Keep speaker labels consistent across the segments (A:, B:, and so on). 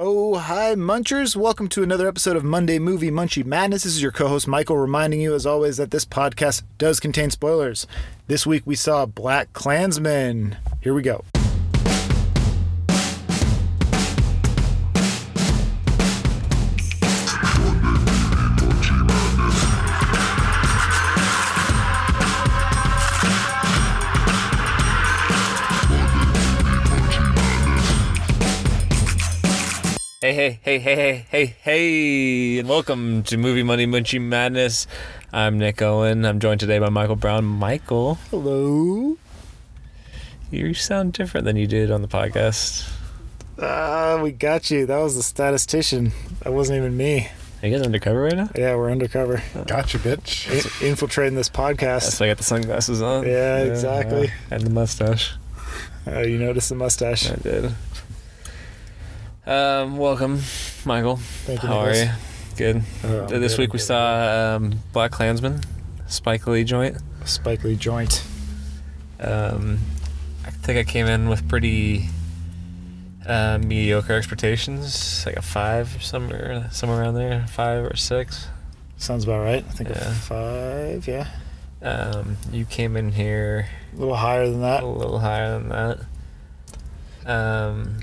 A: Oh, hi, Munchers. Welcome to another episode of Monday Movie Munchie Madness. This is your co host, Michael, reminding you, as always, that this podcast does contain spoilers. This week we saw Black Klansman. Here we go.
B: Hey, hey, hey, hey, hey, hey, hey, and welcome to Movie Money Munchie Madness. I'm Nick Owen. I'm joined today by Michael Brown. Michael,
A: Hello.
B: you sound different than you did on the podcast.
A: Ah, we got you. That was the statistician. That wasn't even me.
B: Are you guys undercover right now?
A: Yeah, we're undercover.
C: Gotcha, bitch.
A: In- infiltrating this
B: That's
A: podcast.
B: why I got the sunglasses on.
A: Yeah, exactly.
B: and the mustache.
A: Uh, you noticed the mustache.
B: I did. Um, welcome, Michael.
A: Thank you.
B: How are you? Good.
A: Uh,
B: this week we saw um, Black Klansman, Spike Lee joint.
A: Spike Lee joint.
B: Um, I think I came in with pretty uh, mediocre expectations, like a five or somewhere, somewhere around there, five or six.
A: Sounds about right. I think a
B: Yeah.
A: five, yeah.
B: Um, you came in here
A: A little higher than that.
B: a little higher than that. Um,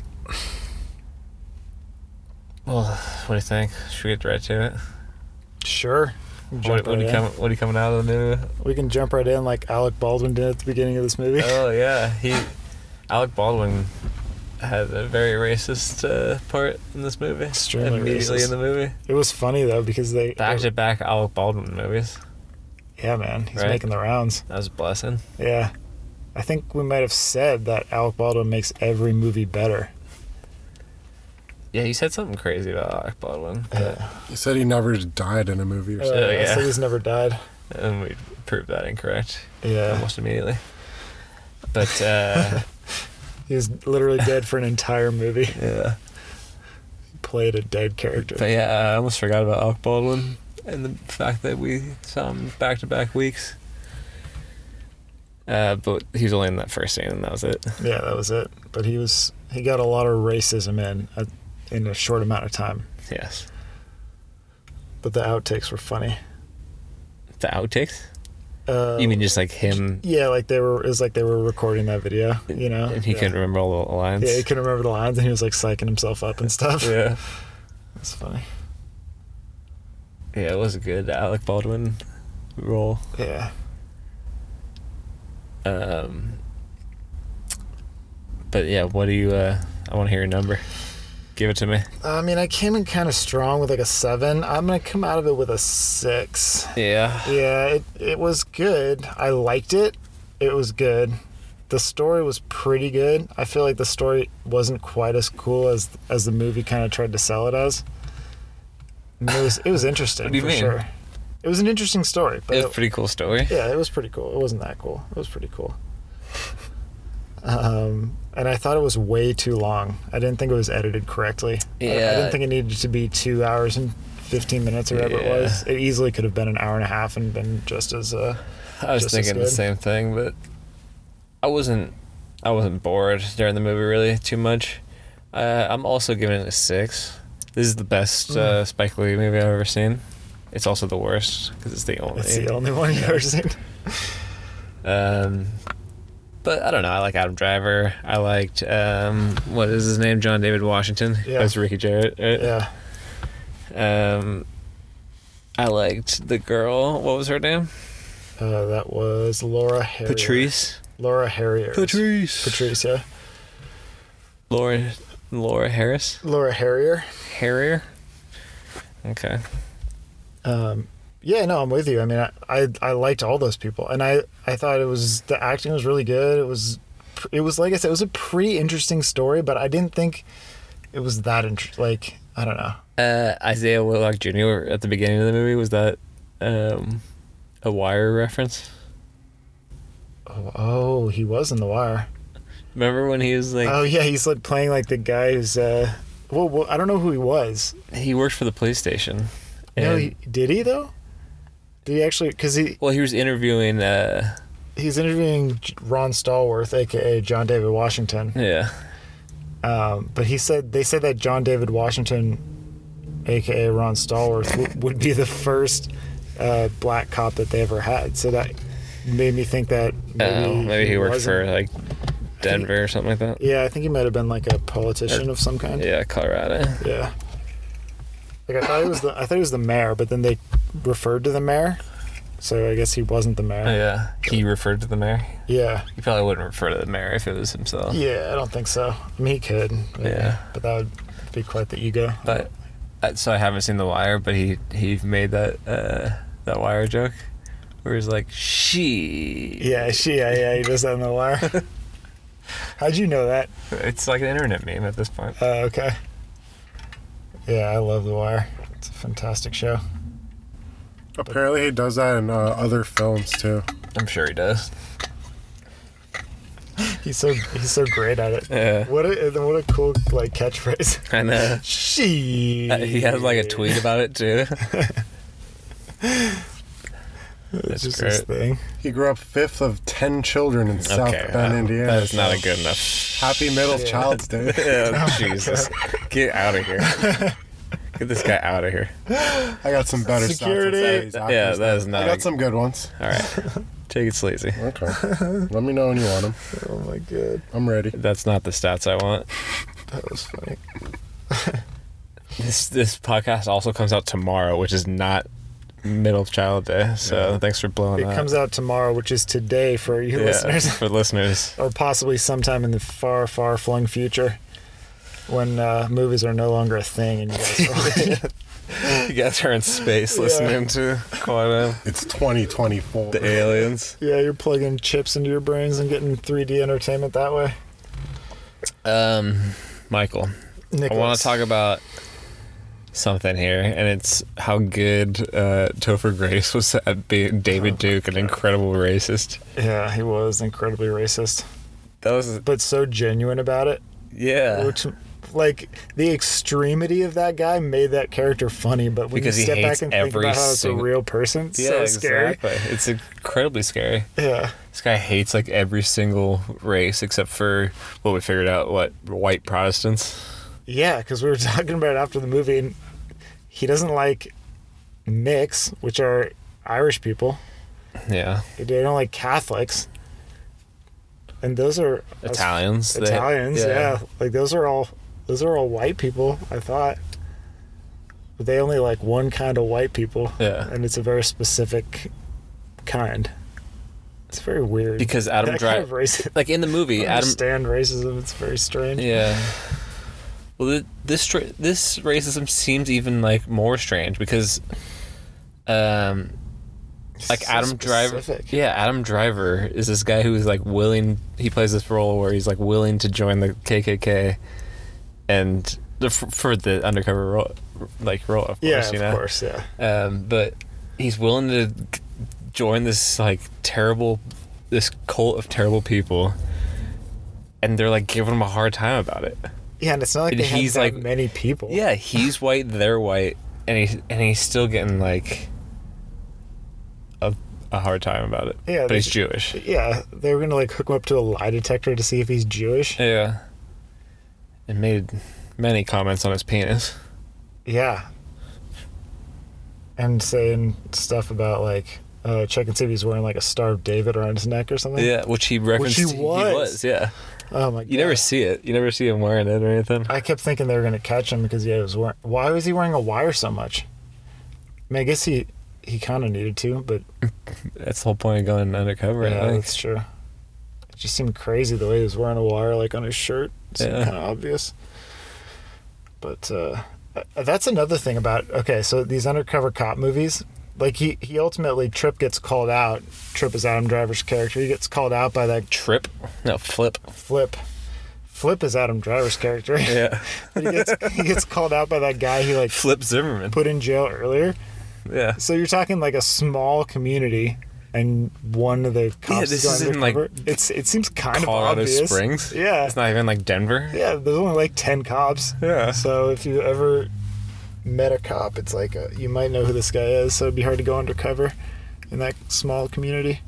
B: well, what do you think? Should we get right to it?
A: Sure.
B: What, what, are you
A: in.
B: coming, what are you coming out of the new?
A: We can jump right in like Alec Baldwin did at the beginning of this movie.
B: Oh yeah, he, Alec Baldwin, had a very racist uh, part in this movie.
A: Extremely
B: immediately
A: racist.
B: in the movie.
A: It was funny though because they
B: back to back Alec Baldwin movies.
A: Yeah, man, he's
B: Right.
A: making the rounds.
B: That was a blessing.
A: Yeah. I think we might have said that Alec Baldwin makes every movie better.
B: Yeah, you said something crazy about Alec Baldwin, but,
C: He said he never died in a movie or
A: Uh,
C: something.
A: I
B: Oh, Uh, yeah.
A: said he's never died.
B: and we proved that incorrect
A: Yeah.
B: almost immediately. But uh,
A: He was literally dead for an entire movie.
B: yeah,
A: He played a dead character.
B: but yeah, uh, I almost forgot about Alec Baldwin and the fact that we saw him back to back weeks. Uh, but he was only in that first scene, and that was it.
A: Yeah, that was it. But he was he got a lot of racism in uh, in a short amount of time.
B: Yes,
A: But the outtakes were funny.
B: the outtakes.
A: Uh,
B: you mean just like him,
A: Yeah, like they were. It was like they were recording that video. You know,
B: and he
A: yeah.
B: couldn't remember all the lines.
A: Yeah, he couldn't remember the lines, and he was like psyching himself up and stuff.
B: yeah,
A: That's funny.
B: yeah, it was a good Alec Baldwin role.
A: Yeah,
B: Um, but yeah, what do you? Uh, I want to hear your number. Give it to me.
A: I mean, I came in kind of strong with like a seven. I'm gonna come out of it with a six.
B: Yeah.
A: Yeah, it it was good. I liked it. It was good. The story was pretty good. I feel like the story wasn't quite as cool as as the movie kind of tried to sell it as. I mean, it was it was interesting
B: What do you
A: for
B: mean?
A: sure. It was an interesting story, but
B: It's
A: it-
B: a pretty cool story.
A: Yeah, it was pretty cool. It wasn't that cool. It was pretty cool. Um, and I thought it was way too long. I didn't think it was edited correctly. I- I,
B: Yeah.
A: didn't think it needed to be two hours and fifteen minutes or whatever it was. It easily could have been an hour and a half and been just as. Uh,
B: I was
A: Just as
B: thinking the
A: good.
B: same thing, but I wasn't. I wasn't bored during the movie really too much. Uh, I'm also giving it a six. This is the best
A: Hmm.
B: uh, Spike Lee movie I've ever seen. It's also the worst because it's the only.
A: it's the only one you've ever seen.
B: Um, but I don't know. I like Adam Driver. I liked um, what is his name? John David Washington.
A: Yeah.
B: That's Ricky uh, Jarrett. Right?
A: Yeah,
B: Um, I liked the girl. What was her name?
A: uh, that was Laura Harrier.
B: Patrice.
A: Laura Harrier.
B: Patrice.
A: Patrice. Yeah,
B: Laura. Laura Harris.
A: Laura Harrier.
B: Harrier. Okay.
A: Um, yeah, no, I'm with you. I mean, I, I I liked all those people, and I I thought it was the acting was really good. It was it was like I said, it was a pretty interesting story, but I didn't think it was that int- like I don't know.
B: Uh, Isaiah Whitlock Jr. at the beginning of the movie was that um, a Wire reference?
A: Oh, oh, he was in The Wire.
B: Remember when he was like
A: Oh yeah, he's like playing like the guy who's uh, well, well I don't know who he was.
B: he worked for the police station?
A: no,
B: and-
A: he, did he though? Did he actually? Because he
B: Well, he was interviewing. Uh,
A: he's interviewing Ron Stallworth, aka John David Washington,
B: yeah,
A: Um, but he said they said that John David Washington, aka Ron Stallworth, w- would be the first uh, black cop that they ever had. So that made me think that maybe,
B: Maybe, Oh, maybe he worked
A: wasn't.
B: for like Denver or something like that.
A: Yeah, I think he might have been like a politician of some kind.
B: Yeah, Colorado.
A: Yeah. Like I thought he was the I thought he was the mayor, but then they referred to the mayor, so I guess he wasn't the mayor.
B: Oh, yeah, he referred to the mayor.
A: yeah.
B: He probably wouldn't refer to the mayor if it was himself.
A: Yeah, I don't think so. I mean, he could. but-
B: Yeah.
A: But that would be quite the ego.
B: But uh, so I haven't seen The Wire, but he he made that uh, that Wire joke where he's like, "She."
A: Yeah, she. Yeah, yeah. He does that in the wire. How'd you know that?
B: It's like an internet meme at this point.
A: Oh, okay. Yeah, I love The Wire. It's a fantastic show.
C: Apparently, he does that in uh, other films too.
B: I'm sure he does.
A: He's so he's so great at it.
B: Yeah.
A: What a what a cool like catchphrase.
B: And uh,
A: She.
B: he had like a tweet about it too.
A: It's
B: That's
A: just his thing.
C: He grew up fifth of ten children in South
B: okay,
C: Bend,
B: uh,
C: Indiana.
B: that is not a good enough.
C: Happy middle
A: Yeah.
C: child's day.
B: Oh, Jesus, get out of here. Get this guy out of here.
C: I got some better stats
A: Security.
C: than these after
B: Yeah,
C: this.
B: that is
C: I
B: not.
C: got some good ones.
B: All right, take it sleazy.
C: Okay. Let me know when you want them.
A: Oh my god,
C: I'm ready.
B: That's not the stats I want.
A: that was funny.
B: This this podcast also comes out tomorrow, which is not middle child day. So thanks for blowing
A: It
B: that.
A: comes out tomorrow, which is today for you
B: Yeah,
A: listeners.
B: for listeners.
A: or possibly sometime in the far, far flung future when uh, movies are no longer a thing and you guys are like,
B: You guys are in space listening to Quantum,
C: It's 2024.
B: the aliens.
A: yeah, you're plugging chips into your brains and getting 3D entertainment that way.
B: Um, Michael, I
A: Nicholas,
B: want to talk about something here, and it's how good uh, Topher Grace was at being David Duke, an incredible racist.
A: Yeah, he was incredibly racist,
B: That was
A: but so genuine about it.
B: yeah.
A: Which, like, the extremity of that guy made that character funny. But when
B: Because
A: you
B: he
A: step
B: hates
A: back and think
B: every
A: about how it's a
B: sing-
A: real person, it's so scary.
B: exactly. It's incredibly scary.
A: Yeah,
B: This guy hates like every single race except for what we figured out what white Protestants.
A: yeah, because we were talking about it after the movie, and he doesn't like mix, which are Irish people.
B: Yeah,
A: They don't like Catholics. And those are
B: Italians. they-
A: Italians, yeah. Like those are all those are all white people, I thought. But they only like one kind of white people.
B: Yeah.
A: And it's a very specific kind. It's very weird.
B: Because Adam
A: that
B: Driver-
A: kind of racism.
B: Like in the movie,
A: I
B: Adam.
A: understand racism, it's very strange.
B: Yeah. Well, th- this tra- this racism seems even like more strange because, um,
A: It's
B: like
A: so
B: Adam Driver.
A: specific.
B: Yeah, Adam Driver is this guy who is like willing. He plays this role where he's like willing to join the KKK, and the, for, for the undercover role, like role of
A: Yeah,
B: course, you
A: of
B: know.
A: course, yeah.
B: Um, but he's willing to g- join this like terrible, this cult of terrible people, and they're like giving him a hard time about it.
A: Yeah, and it's not like
B: And
A: they
B: he's,
A: he's
B: like-
A: like many people.
B: Yeah, he's white, they're white, and he and he's still getting like a, a hard time about it.
A: Yeah,
B: but
A: they-
B: he's Jewish.
A: Yeah. They were gonna like hook him up to a lie detector to see if he's Jewish.
B: Yeah, and made many comments on his penis.
A: Yeah. And saying stuff about like uh, check and see if he's wearing like a Star of David around his neck or something.
B: Yeah, which he referenced.
A: he was.
B: Yeah,
A: Oh my god.
B: you never see it. You never see him wearing it or anything.
A: I kept thinking they were gonna catch him because yeah, he was wearing. Why was he wearing a wire so much? I mean, I guess he he kind of needed to, but
B: That's the whole point of going undercover. I
A: yeah,
B: think.
A: that's true. It just seemed crazy the way he was wearing a wire like on his shirt. It seemed
B: Yeah.
A: kind of obvious. But uh, uh, that's another thing about okay, so these undercover cop movies, like he he ultimately Trip gets called out. Trip is Adam Driver's character. He gets called out by that
B: Trip? No, flip.
A: Flip. Flip is Adam Driver's character.
B: Yeah.
A: he, gets, he gets called out by that guy he like
B: Flip Zimmerman.
A: put in jail earlier.
B: Yeah.
A: So you're talking like a small community, and one of the cops is
B: this is in,
A: going
B: like,
A: undercover. it's it seems kind
B: Colorado
A: of obvious.
B: Springs?
A: Yeah,
B: It's not even like Denver.
A: yeah. There's only like ten cops.
B: Yeah.
A: So if you ever met a cop, it's like uh you might know who this guy is. So it'd be hard to go undercover in that small community.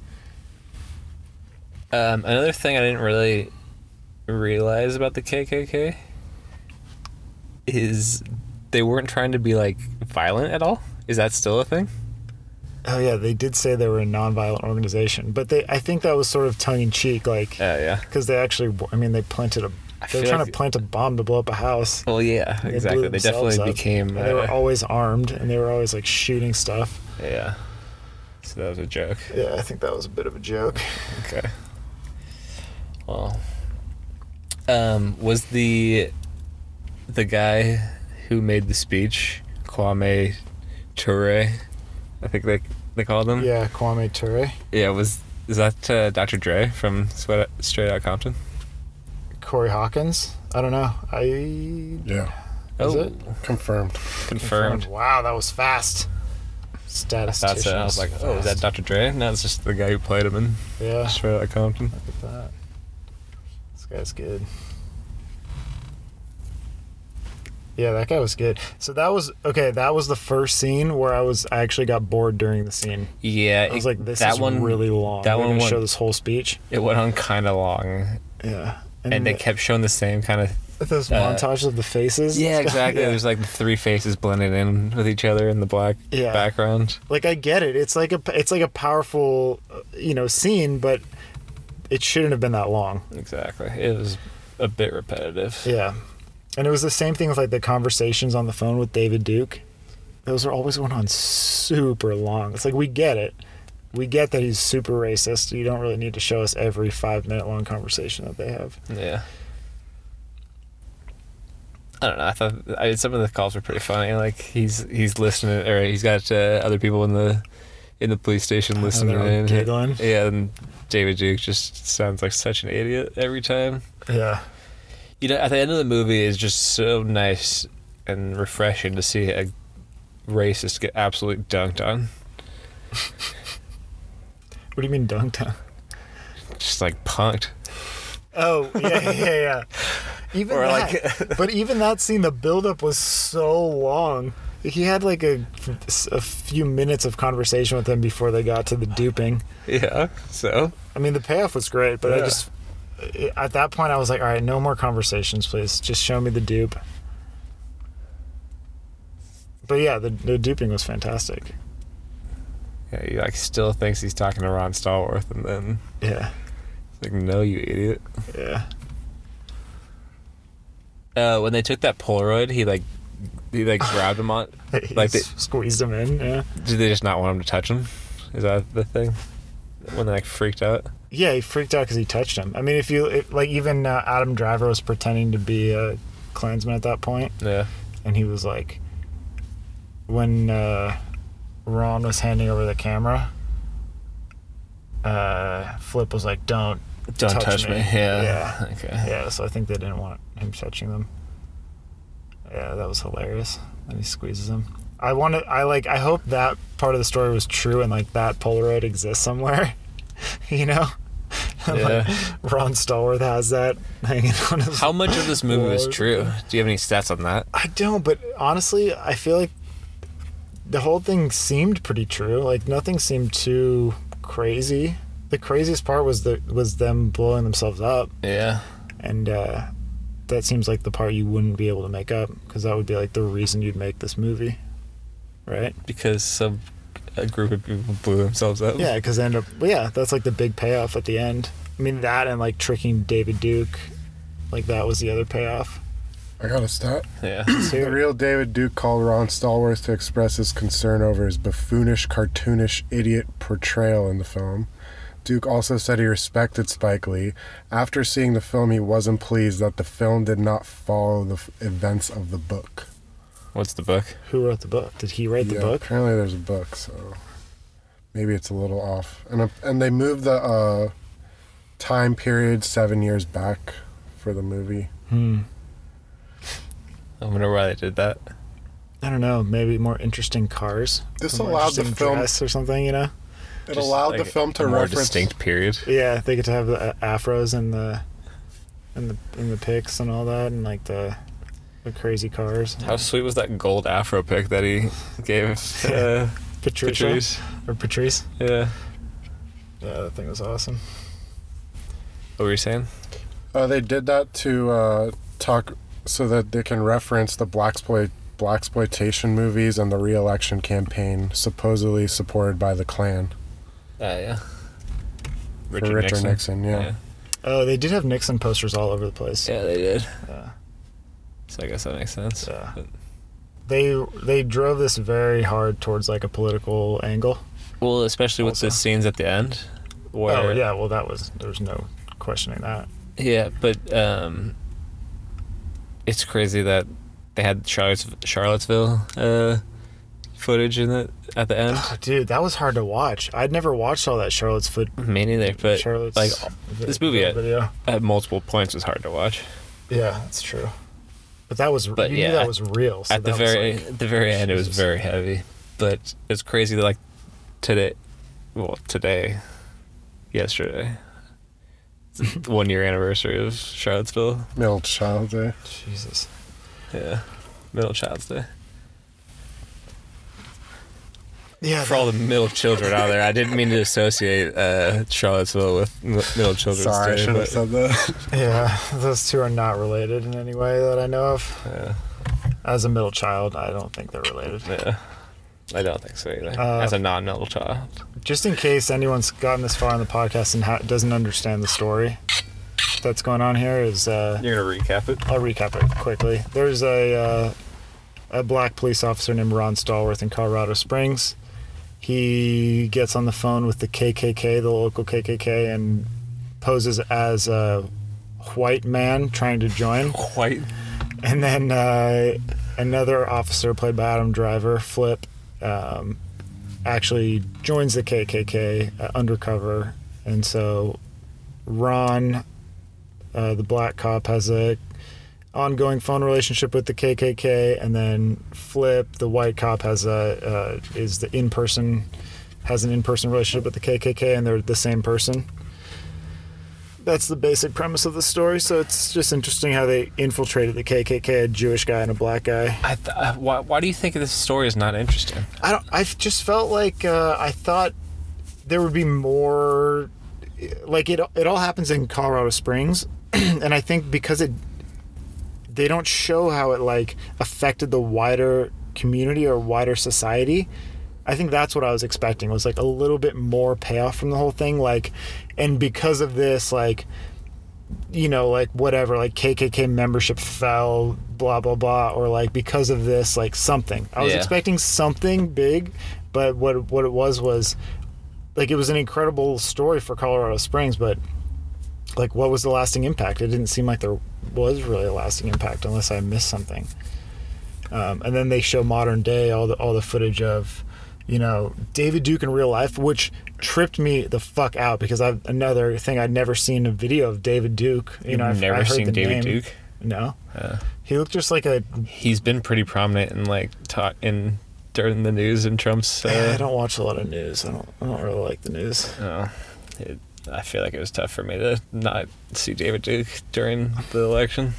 B: Um, another thing I didn't really realize about the KKK is they weren't trying to be like violent at all. Is that still a thing?
A: Oh yeah, they did say they were a nonviolent organization, but they I think that was sort of tongue in cheek, like
B: Uh, yeah.
A: because they actually I mean they planted a
B: I
A: they were
B: feel
A: trying
B: like-
A: to plant a bomb to blow up a house.
B: Well, yeah,
A: They
B: exactly.
A: blew
B: They
A: themselves
B: definitely
A: up,
B: became.
A: and they were
B: uh,
A: always armed, and they were always like shooting stuff.
B: yeah. So that was a joke.
A: Yeah, I think that was a bit of a joke.
B: Okay. Well, um, was the the guy who made the speech Kwame Ture? I think they they called him.
A: Yeah, Kwame Ture.
B: Yeah. Was is that uh, Dr. Dre from Sweat Straight Out Compton?
A: Corey Hawkins. I don't know. I
C: Yeah,
A: Is it?
C: confirmed.
B: Oh, confirmed.
A: Wow, that was fast. Status.
B: That's it. I was like, oh, is that Dr. Dre? No, it's just the guy who played him in
A: Yeah.
B: Straight Out Compton.
A: Look at that. This guy's good. Yeah, that guy was good. So that was okay. That was the first scene where I was I actually got bored during the scene.
B: Yeah,
A: I was
B: it-
A: like, this
B: that
A: is
B: one
A: really long.
B: that
A: They're
B: one
A: gonna
B: went-
A: show this whole speech.
B: It went on kind of long,
A: Yeah,
B: and they kept showing the same kind of
A: kept those
B: uh,
A: montages of the faces.
B: Yeah, exactly.
A: Yeah.
B: There's like the three faces blended in with each other in the black
A: Yeah.
B: background.
A: like I get it. It's like a it's like a powerful, uh, you know, scene, but it shouldn't have been that long.
B: Exactly. It was a bit repetitive.
A: Yeah. And it was the same thing with like the conversations on the phone with David Duke. Those are always going on super long. It's like we get it. We get that he's super racist. You don't really need to show us every five minute long conversation that they have.
B: Yeah. I don't know. I thought I, some of the calls were pretty funny. Like he's he's listening, or he's got uh, other people in the in the police station listening
A: Oh, they're all
B: in.
A: giggling.
B: Yeah, and David Duke just sounds like such an idiot every time.
A: Yeah.
B: you know, at the end of the movie is just so nice and refreshing to see a racist get absolutely dunked on,
A: What do you mean dunked on?
B: just like punked.
A: Oh, yeah, yeah, yeah. Even
B: Or, like-
A: that, but even that scene, the buildup was so long. He had like a, a few minutes of conversation with him before they got to the duping.
B: Yeah. So
A: I mean, the payoff was great, but I
B: Yeah.
A: just eh, at that point I was like, all right, no more conversations, please. Just show me the dupe. But yeah, the, the duping was fantastic.
B: yeah, he like still thinks he's talking to Ron Stallworth, and then
A: Yeah,
B: it's like, no, you idiot.
A: yeah,
B: Uh, when they took that Polaroid, he like he like grabbed him on.
A: like
B: Like they,
A: squeezed him in. Yeah,
B: did they just not want him to touch him? Is that the thing? When they like freaked out.
A: yeah, he freaked out because he touched him. I mean, if you it, like, even uh, Adam Driver was pretending to be a Klansman at that point,
B: Yeah.
A: and he was like, when uh, Ron was handing over the camera, uh, Flip was like, "Don't,
B: Don't touch, me. Yeah.
A: yeah,
B: Okay.
A: yeah." So I think they didn't want him touching them. Yeah, that was hilarious. And he squeezes him. I want to. I like. I hope that part of the story was true, and like that Polaroid exists somewhere. you know.
B: Yeah.
A: Ron Stallworth has that hanging on his.
B: How much of this movie was
A: Well,
B: true? Do you have any stats on that?
A: I don't, but honestly, I feel like the whole thing seemed pretty true. Like nothing seemed too crazy. The craziest part was the was them blowing themselves up,
B: Yeah.
A: and uh, that seems like the part you wouldn't be able to make up because that would be like the reason you'd make this movie, right?
B: because some a group of people blew themselves up.
A: Yeah, because end up well, yeah, that's like the big payoff at the end. I mean that and like tricking David Duke, like that was the other payoff.
C: I got a stat.
B: yeah.
C: The real David Duke called Ron Stallworth to express his concern over his buffoonish, cartoonish, idiot portrayal in the film. Duke also said he respected Spike Lee. After seeing the film, he wasn't pleased that the film did not follow the f- events of the book.
B: What's the book?
A: Who wrote the book? Did he write the
C: Yeah,
A: book?
C: Apparently, there's a book, so maybe it's a little off. And uh, and they moved the uh, time period seven years back for the movie.
A: Hmm.
B: I wonder why they did that.
A: I don't know, maybe more interesting cars.
C: This
A: a more
C: allowed the
A: interesting
C: film.
A: dress or something, you know?
C: It
B: Just
C: allowed the
B: like
C: film to
B: a more
C: reference
B: distinct period.
A: Yeah, they get to have the uh, afros and the and the and the pics and all that, and like the the crazy cars.
B: How sweet was that gold afro pick that he gave uh,
A: Patricia
B: Patrice?
A: or Patrice?
B: Yeah.
A: Yeah, that thing was awesome.
B: What were you saying?
C: Uh, they did that to uh, talk so that they can reference the blaxploit blaxploitation movies and the re-election campaign supposedly supported by the Klan
B: Uh, yeah.
C: for Richard Nixon. yeah.
B: yeah.
A: Oh, they did have Nixon posters all over the place.
B: Yeah, they did.
A: Yeah.
B: Uh, So I guess that makes sense.
A: Yeah.
B: But-
A: They they drove this very hard towards like a political angle.
B: Well, especially with the
A: Also.
B: scenes at the end, where
A: oh yeah, well that was there's no questioning that.
B: yeah, but um, it's crazy that they had Charlottes, Charlottesville uh, footage in it at the end.
A: Dude, that was hard to watch. I'd never watched all that Charlotte's foot.
B: Me neither, but
A: Charlotte's
B: like
A: vi-
B: this movie at,
A: video.
B: at multiple points was hard to watch.
A: Yeah, that's true. But that was
B: But
A: you
B: yeah,
A: knew that
B: at-
A: was real. So
B: at the
A: that was,
B: very
A: like-
B: at the very end, it was
A: Jesus.
B: very heavy, but it's crazy that like today, well today, yesterday, it's the one year anniversary of Charlottesville.
C: Middle child day.
A: Jesus.
B: Yeah, middle child's day.
A: Yeah,
B: For all the middle children out there, I didn't mean to associate uh, Charlottesville with m- middle children's
C: Sorry, I
B: day.
C: should have
B: but-
C: said that.
A: yeah, those two are not related in any way that I know of.
B: Yeah,
A: As a middle child, I don't think they're related.
B: yeah. I don't think so either.
A: Uh,
B: As a non-middle child,
A: Just in case anyone's gotten this far in the podcast and ha- doesn't understand the story that's going on here, is uh,
B: you're gonna recap it.
A: I'll recap it quickly. There's a uh, a black police officer named Ron Stallworth in Colorado Springs. He gets on the phone with the KKK, the local KKK, and poses as a white man trying to join.
B: Quite.
A: And then uh, another officer, played by Adam Driver, Flip, um, actually joins the KKK uh, undercover. And so Ron, uh, the black cop, has a ongoing phone relationship with the KKK, and then Flip, the white cop, has a uh, is the in person has an in person relationship with the KKK, and they're the same person that's the basic premise of the story. So it's just interesting how they infiltrated the KKK, a Jewish guy and a black guy.
B: I th- uh, why, why do you think this story is not interesting?
A: I don't. I just felt like uh, I thought there would be more. Like it, it all happens in Colorado Springs, and I think because it, they don't show how it like affected the wider community or wider society. I think that's what I was expecting was like a little bit more payoff from the whole thing. Like, and because of this, like you know, like whatever, like KKK membership fell, blah blah blah, or like because of this, like something. I was
B: Yeah.
A: expecting something big, but what what it was was like it was an incredible story for Colorado Springs, but like what was the lasting impact? It didn't seem like there was really a lasting impact unless I missed something. Um, and then they show modern day all the all the footage of you know David Duke in real life, which tripped me the fuck out because I've another thing I'd never seen a video of David Duke. You
B: You've
A: know, I've
B: never
A: I heard
B: seen
A: the name.
B: David Duke? Uh,
A: No, he looked just like a.
B: He's been pretty prominent in like talk in during the news and Trump's. Uh,
A: I don't watch a lot of news. I don't. I don't really like the news.
B: Oh, it, I feel like it was tough for me to not see David Duke during the election.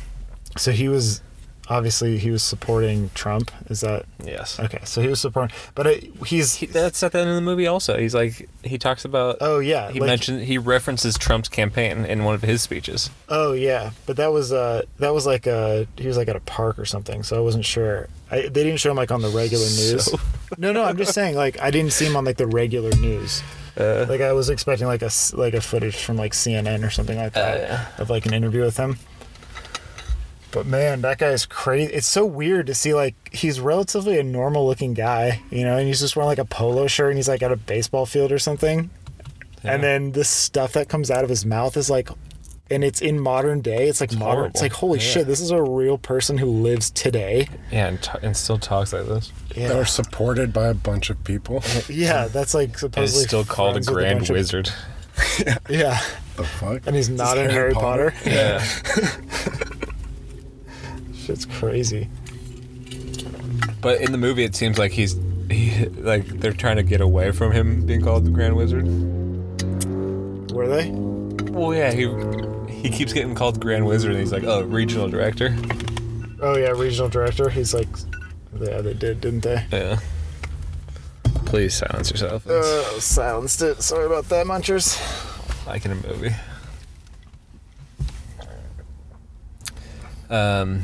A: So he was, obviously, he was supporting Trump. Is that
B: Yes.
A: okay? So he was supporting, but it, he's
B: He, that's at the end of the movie. Also, he's like he talks about.
A: Oh, yeah,
B: He
A: like-
B: mentioned he references Trump's campaign in one of his speeches.
A: Oh yeah, but that was uh that was like uh he was like at a park or something, so I wasn't sure. I, they didn't show him like on the regular news.
B: So-
A: No, no, I'm just saying like I didn't see him on like the regular news.
B: Uh,
A: Like I was expecting like a s- like a footage from like CNN or something like that
B: yeah.
A: of like an interview with him. But man, that guy is crazy. It's so weird to see like he's relatively a normal looking guy, you know, and he's just wearing like a polo shirt and he's like at a baseball field or something. And then this stuff that comes out of his mouth is like and it's in modern day. It's like modern.
B: horrible.
A: It's like holy
B: Yeah.
A: shit, this is a real person who lives today.
B: yeah, and, t- and still talks like this.
A: Yeah.
C: They're supported by a bunch of people.
A: yeah, that's like
B: And
A: supposedly
B: is still called a
A: friends with
B: Grand
A: bunch of-
B: Wizard.
A: yeah.
C: the fuck?
A: And he's
C: This
A: not
C: is
A: in Harry Potter.
B: Yeah.
A: Shit's crazy.
B: but in the movie, it seems like he's he, like they're trying to get away from him being called the Grand Wizard.
A: Were they?
B: Well, yeah, he he keeps getting called Grand Wizard, and he's like, oh, regional director.
A: Oh yeah, regional director. He's like, yeah, they did, didn't they?
B: Yeah. Please silence yourself. It's
A: Uh, silenced it. Sorry about that, Munchers.
B: like in a movie. Um,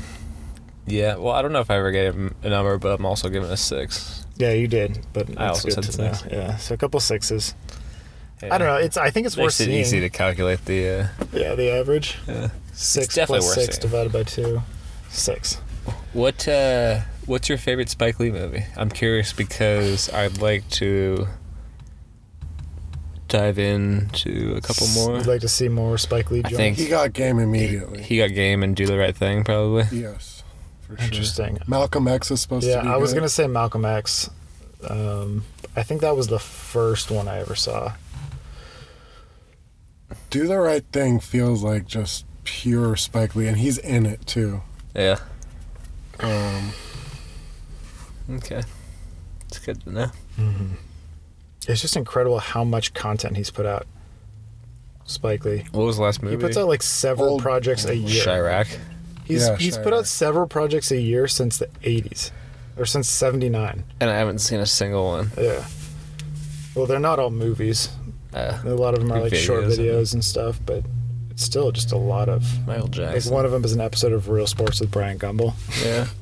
B: Yeah, well, I don't know if I ever gave him a number, but I'm also giving it a six.
A: Yeah, you did, but
B: I
A: that's
B: also
A: good
B: said
A: to know.
B: six.
A: Yeah, so a couple sixes. I don't know. It's I think it's worth
B: Makes it
A: seeing.
B: easy to calculate the. Uh,
A: Yeah, the average.
B: Yeah.
A: Six
B: It's definitely
A: plus
B: worth
A: six
B: seeing.
A: divided by two. Six.
B: What uh, what's your favorite Spike Lee movie? I'm curious because I'd like to dive into a couple more.
A: You'd like to see more Spike Lee
B: I
A: Jones.
B: think-
C: He got game immediately.
B: He got game and do the right thing, probably.
C: yes, for sure.
A: Interesting.
C: Malcolm X is supposed
A: Yeah,
C: to be.
A: I was
C: good.
A: gonna say Malcolm X. Um, I think that was the first one I ever saw.
C: Do the Right Thing feels like just pure Spike Lee, and he's in it too.
B: Yeah.
C: Um,
B: Okay. It's good to know.
A: It's just incredible how much content he's put out. Spike Lee.
B: What was the last movie?
A: He puts out like several
C: Old-
A: projects a year.
B: Chirac.
A: He's
C: Yeah,
A: he's
C: Chirac.
A: put out several projects a year since the '80s, or since '79.
B: And I haven't seen a single one.
A: Yeah. Well, they're not all movies.
B: Uh,
A: A lot of them are like short
B: Videos and-
A: videos and stuff, but it's still just a lot of.
B: Michael
A: Like
B: Jackson.
A: one of them is an episode of Real Sports with Brian Gumble.
B: Yeah.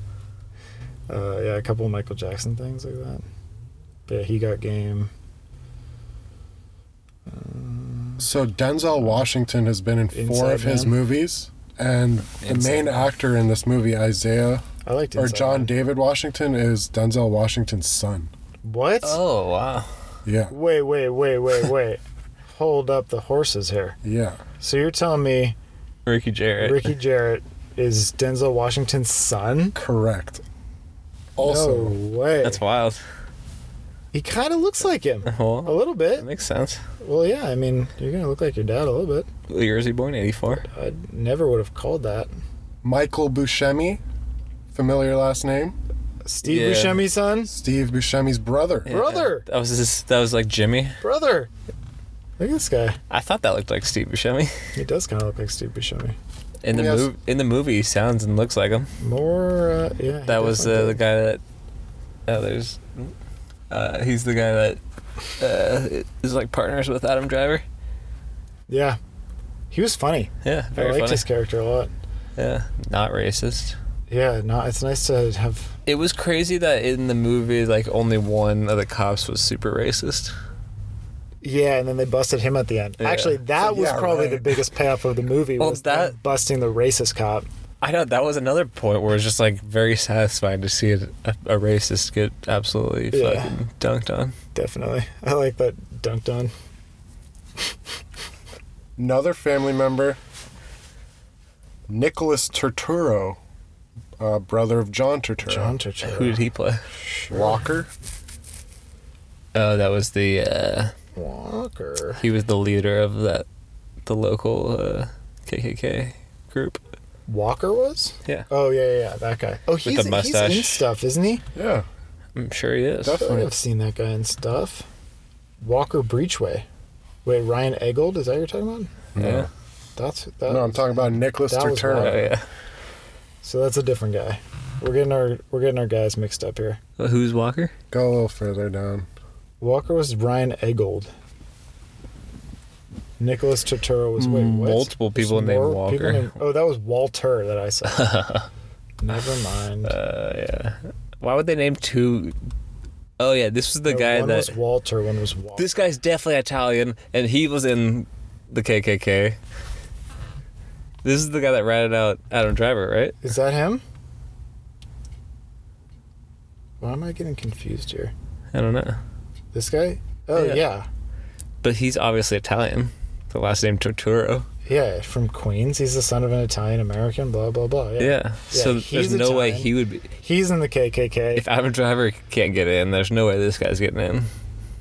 A: Uh, yeah, a couple of Michael Jackson things like that. But yeah, he got game.
C: so Denzel Washington has been in four
A: Inside
C: of his
A: Man.
C: movies, and the
B: Inside
C: main actor in this movie, Isaiah
A: I liked
C: or
A: Inside
C: John
A: Man.
C: David Washington, is Denzel Washington's son.
A: What?
C: Uh.
B: Oh wow.
C: Yeah,
A: Wait, wait, wait, wait, wait. Hold up the horses here.
C: yeah.
A: So you're telling me
B: Ricky Jarrett.
A: Ricky Jarrett is Denzel Washington's son?
C: Correct. Also,
A: no way.
B: That's wild.
A: he kind of looks like him.
B: Well,
A: A little
B: that
A: bit.
B: makes sense.
A: Well, yeah, I mean, you're going to look like your dad a little bit.
B: What year was he born? Eighty four.
A: I never would have called that.
C: Michael Buscemi, familiar last name,
A: Steve
B: Yeah.
A: Buscemi's son?
C: Steve Buscemi's brother.
A: Brother!
B: That was his, that was like Jimmy.
A: Brother. Look at this guy.
B: I thought that looked like Steve Buscemi.
A: He does kind of look like Steve Buscemi.
B: In the
C: Yes.
B: mov- in the movie, he sounds and looks like him.
A: More, uh, yeah. he
B: That was uh,
A: definitely
B: the guy that. Uh, there's, uh, he's the guy that uh, is like partners with Adam Driver.
A: did. Yeah. He was funny.
B: Yeah,
A: I
B: very
A: liked
B: funny.
A: his character a lot.
B: Yeah, not racist.
A: Yeah, no, it's nice to have.
B: It was crazy that in the movie, like only one of the cops was super racist.
A: Yeah, and then they busted him at the end.
B: Yeah.
A: Actually, that was
C: Yeah,
A: probably
C: right.
A: the biggest payoff of the movie
B: Well,
A: was them
B: that-
A: busting the racist cop.
B: I know that was another point where it's just like very satisfying to see a, a racist get absolutely
A: Yeah.
B: fucking dunked on.
A: Definitely, I like that dunked on.
C: another family member, Nicholas Turturro, uh, brother of John Turturro.
A: John Turturro.
B: Who did he play?
C: Walker.
B: Oh, that was the uh,
A: Walker.
B: he was the leader of that the local uh, KKK group.
A: Walker was?
B: Yeah,
A: Oh yeah, yeah, yeah, that guy. Oh, he's,
B: the
A: he's in
B: mustache.
A: stuff, isn't he?
C: Yeah.
B: I'm sure he is.
A: I feel like
C: Definitely.
A: I've seen that guy in stuff. Walker Breachway. Wait, Ryan Eggold? Is that what you're talking about?
B: Yeah.
A: That's that.
C: No, I'm talking about Nicholas
A: that was
B: Oh
A: wild.
C: Turturro.
B: yeah.
A: So that's a different guy. We're getting our we're getting our guys mixed up here.
B: Uh, Who's Walker?
C: Go a little further down.
A: Walker was Ryan Eggold. Nicholas Turturro was wait, what?
B: Mm, Multiple people
A: Some
B: named
A: more
B: Walker.
A: named- oh, that was Walter that I saw. Never mind.
B: Uh, yeah. Why would they name two? Oh yeah, this was the
A: No,
B: guy
A: one
B: that.
A: was Walter, one was Walker.
B: This guy's definitely Italian, and he was in the KKK. This is the guy that ratted out Adam Driver, right?
A: Is that him? Why am I getting confused here?
B: I don't know,
A: This guy? Oh
B: Yeah.
A: yeah, yeah,
B: but he's obviously Italian. The last name Torturo.
A: from Queens. He's the son of an Italian American. Blah blah blah. Yeah.
B: Yeah. so
A: he's
B: there's no way
A: Italian.
B: he would be.
A: He's in the KKK.
B: If Adam Driver can't get in, there's no way this guy's getting in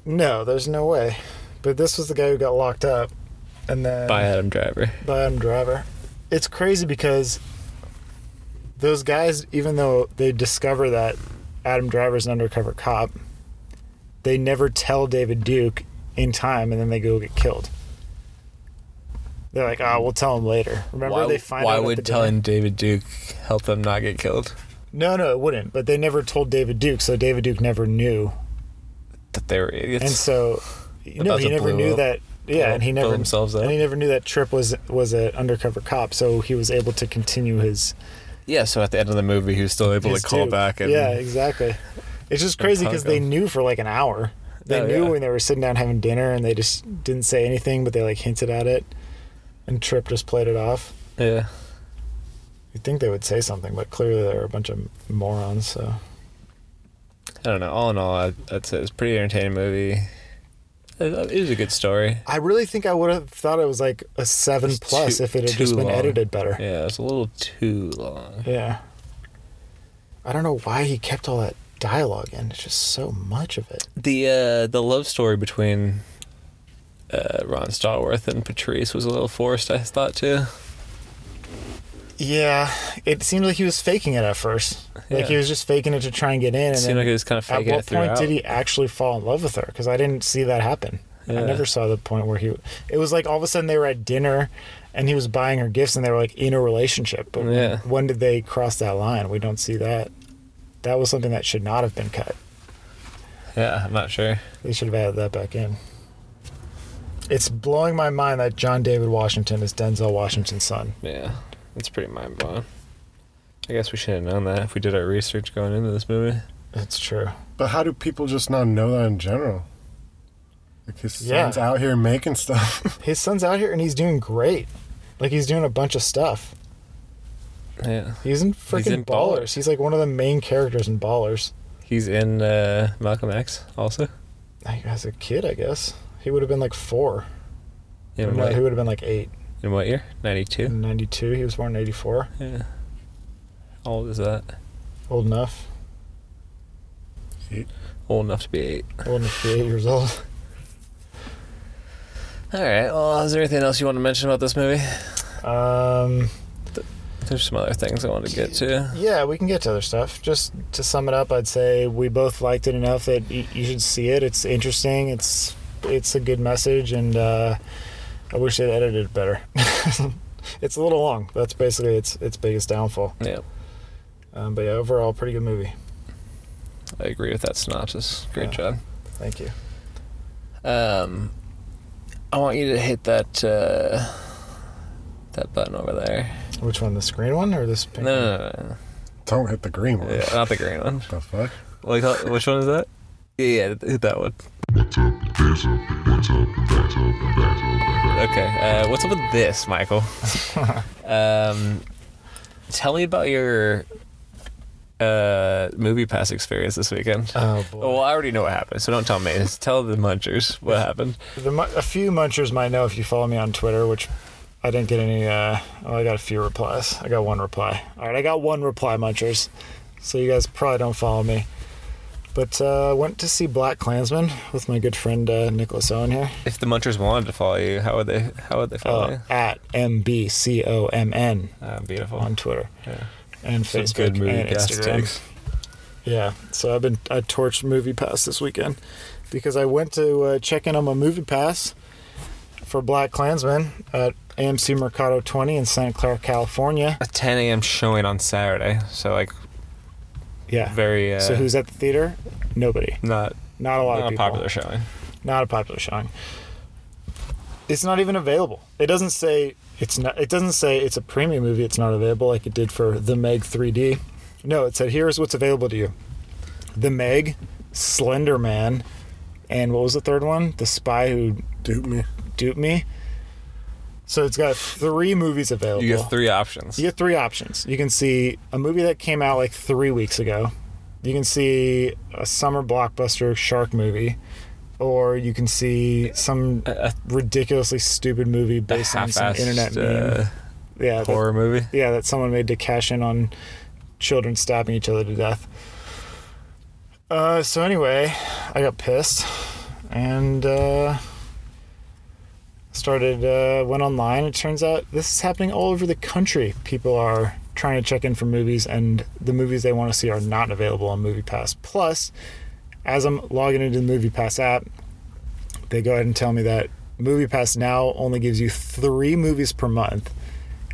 A: no, there's no way. But this was the guy who got locked up, and then
B: by Adam Driver.
A: by Adam Driver. It's crazy because those guys, even though they discover that Adam Driver's an undercover cop, they never tell David Duke in time, and then they go get killed. They're like, "Oh, we'll tell him later." Remember,
B: why
A: they find
B: why
A: out at the
B: would
A: dinner-
B: telling David Duke help them not get killed?
A: No, no, it wouldn't. But they never told David Duke, so David Duke never knew,
B: That they were idiots.
A: and so no,
B: About
A: he
B: to
A: never
B: blow
A: knew
B: up-
A: that. Yeah,
B: blow-
A: and he
B: blow
A: never
B: themselves up.
A: and he never knew that Trip was was an undercover cop, so he was able to continue his
B: Yeah, so at the end of the movie, he was still able
A: His
B: to call
A: dude.
B: back and
A: yeah, exactly. It's just crazy because
B: punk
A: they
B: 'em.
A: knew for like an hour. They
B: Oh,
A: knew
B: yeah.
A: when they were sitting down having dinner, and they just didn't say anything, but they like hinted at it, and Trip just played it off.
B: yeah.
A: You'd think they would say something, but clearly they were a bunch of morons. So
B: I don't know. All in all, I, that's it. It's a pretty entertaining movie. It, it was a good story.
A: I really think I would have thought it was like a seven
B: It's
A: plus
B: too-
A: if it had
B: too
A: just been
B: long.
A: edited better.
B: Yeah, it's a little too long.
A: Yeah. I don't know why he kept all that dialogue in. It's just so much of it.
B: The uh, the love story between uh, Ron Stallworth and Patrice was a little forced. I thought too.
A: Yeah, it seemed like he was faking it at first. Like
B: Yeah.
A: he was just faking it to try and get in. And
B: It seemed
A: then
B: like it was kind of
A: at
B: faking
A: what
B: it throughout.
A: point did he actually fall in love with her? Because I didn't see that happen. I
B: Yeah.
A: never saw the point where he. It was like all of a sudden they were at dinner, and he was buying her gifts, and they were like in a relationship. But when-
B: Yeah.
A: when did they cross that line? We don't see that. That was something that should not have been cut.
B: Yeah, I'm not sure.
A: They should have added that back in. It's blowing my mind that John David Washington is Denzel Washington's son.
B: Yeah, it's pretty mind blowing. I guess we should have known that if we did our research going into this movie.
A: That's true.
C: But how do people just not know that in general? Like his
A: Yeah.
C: son's out here making stuff.
A: His son's out here and he's doing great. Like he's doing a bunch of stuff.
B: Yeah,
A: He's in freaking
B: in
A: ballers.
B: Ballers.
A: He's like one of the main characters in Ballers.
B: he's in uh, Malcolm X also.
A: Like, As a kid, I guess he would have been like four.
B: In
A: no,
B: what,
A: he would have been like eight.
B: in what year? Ninety two.
A: In '92, he was born in '84.
B: Yeah. How old is that?
A: Old enough.
B: Old enough to be eight.
A: Old enough to be eight years old.
B: All right. Well, is there anything else you want to mention about this movie?
A: Um.
B: There's some other things I want to get to.
A: Yeah, we can get to other stuff. Just to sum it up, I'd say we both liked it enough that y- you should see it. It's interesting. It's it's a good message, and uh, I wish they edited it better. it's a little long. That's basically its its biggest downfall.
B: Yeah,
A: Um, but yeah, overall, pretty good movie.
B: I agree with that synopsis. Great
A: Yeah. Thank you.
B: job. Um, I want you to hit that uh, that button over there.
A: Which one? The screen one or this
B: No,
A: pink? one?
B: no, no,
C: Don't hit the green
B: no,
C: one.
B: no. Yeah, not the green one.
C: The fuck?
B: Like, how- which one is that? Yeah, yeah, hit that one.
D: What's up? That's up. What's up? That's up. That's up. That's up.
B: Okay. Uh, what's up with this, Michael? um, tell me about your uh, movie pass experience this weekend.
A: Oh boy.
B: Well, I already know what happened, so don't tell me. Just tell the munchers what happened.
A: The, mu- a few munchers might know if you follow me on Twitter, which I didn't get any. Uh, oh, I got a few replies. I got one reply. All right, I got one reply, munchers. So you guys probably don't follow me. But uh, went to see Black Klansman with my good friend uh, Nicholas Owen here.
B: If the munchers wanted to follow you, how would they? How would they follow
A: Uh, at MBCOMN
B: you? Oh, Uh, beautiful.
A: on Twitter
B: Yeah.
A: and
B: Some
A: Facebook
B: good movie
A: and
B: cast
A: Instagram.
B: takes.
A: Yeah, so I've been I torched Movie Pass this weekend because I went to uh, check in on my Movie Pass for Black Klansman at AMC Mercado 20 in Santa Clara, California.
B: A 10 a.m. showing on Saturday, so like
A: Yeah.
B: very uh,
A: so who's at the theater? Nobody.
B: not
A: Not a lot
B: not
A: of
B: a
A: people.
B: popular showing.
A: Not a popular showing. It's not even available. It doesn't say it's not. It doesn't say it's a premium movie. It's not available like it did for The Meg 3D. No, it said here's what's available to you: The Meg, Slender Man, and what was the third one? The Spy Who
C: Dupe me.
A: Duped Me. So it's got three movies available.
B: You get three options.
A: You get three options. You can see a movie that came out like three weeks ago. You can see a summer blockbuster shark movie, or you can see some
B: A-
A: ridiculously stupid movie
B: The
A: based on some
B: half-assed,
A: internet
B: uh,
A: meme. Yeah, that,
B: horror movie.
A: yeah, that someone made to cash in on children stabbing each other to death. Uh, so anyway, I got pissed and uh, started uh, went online. It turns out this is happening all over the country. People are trying to check in for movies, and the movies they want to see are not available on Movie Pass. Plus, as I'm logging into the Movie Pass app, they go ahead and tell me that Movie Pass now only gives you three movies per month,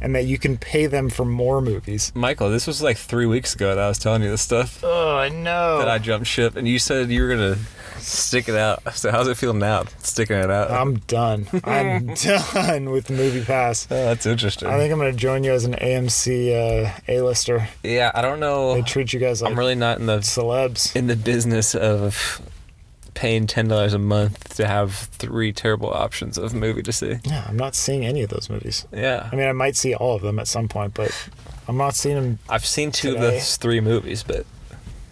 A: and that you can pay them for more movies.
B: Michael, this was like three weeks ago that I was telling you this stuff
A: Oh, I know.
B: that I jumped ship, and you said you were gonna Stick it out. So how's it feel now? Sticking it out.
A: I'm done. I'm done with Movie Pass.
B: oh, that's interesting.
A: I think I'm gonna join you as an AMC uh, A-lister.
B: yeah, I don't know.
A: They treat you guys like
B: Oh, I'm really not in the
A: celebs.
B: in the business of paying ten dollars a month to have three terrible options of movie to see.
A: Yeah, I'm not seeing any of those movies.
B: Yeah,
A: I mean, I might see all of them at some point, but I'm not seeing them.
B: I've seen two of
A: Today.
B: those three movies, but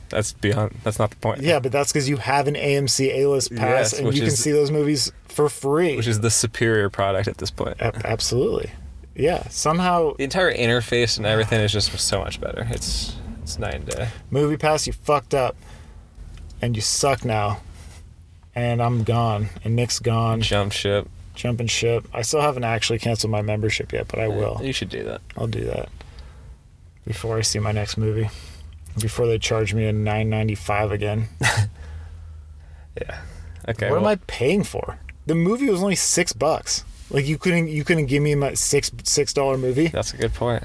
B: that's beyond. That's not the point.
A: Yeah, but that's because you have an AMC A-list pass,
B: Yes,
A: and
B: which
A: you can
B: is-
A: see those movies for free.
B: which is the superior product at this point.
A: A- absolutely. Yeah. Somehow,
B: The entire interface and everything is just so much better. It's it's night and day.
A: Movie Pass, you fucked up, and you suck now. And I'm gone, and Nick's gone.
B: Jump ship.
A: Jumping ship. I still haven't actually canceled my membership yet, but I will.
B: You should do that.
A: I'll do that before I see my next movie. Before they charge me a nine ninety five again.
B: Yeah. Okay.
A: what am
B: well,
A: I paying for? The movie was only six bucks. Like you couldn't you couldn't give me my six six dollar movie.
B: That's a good point.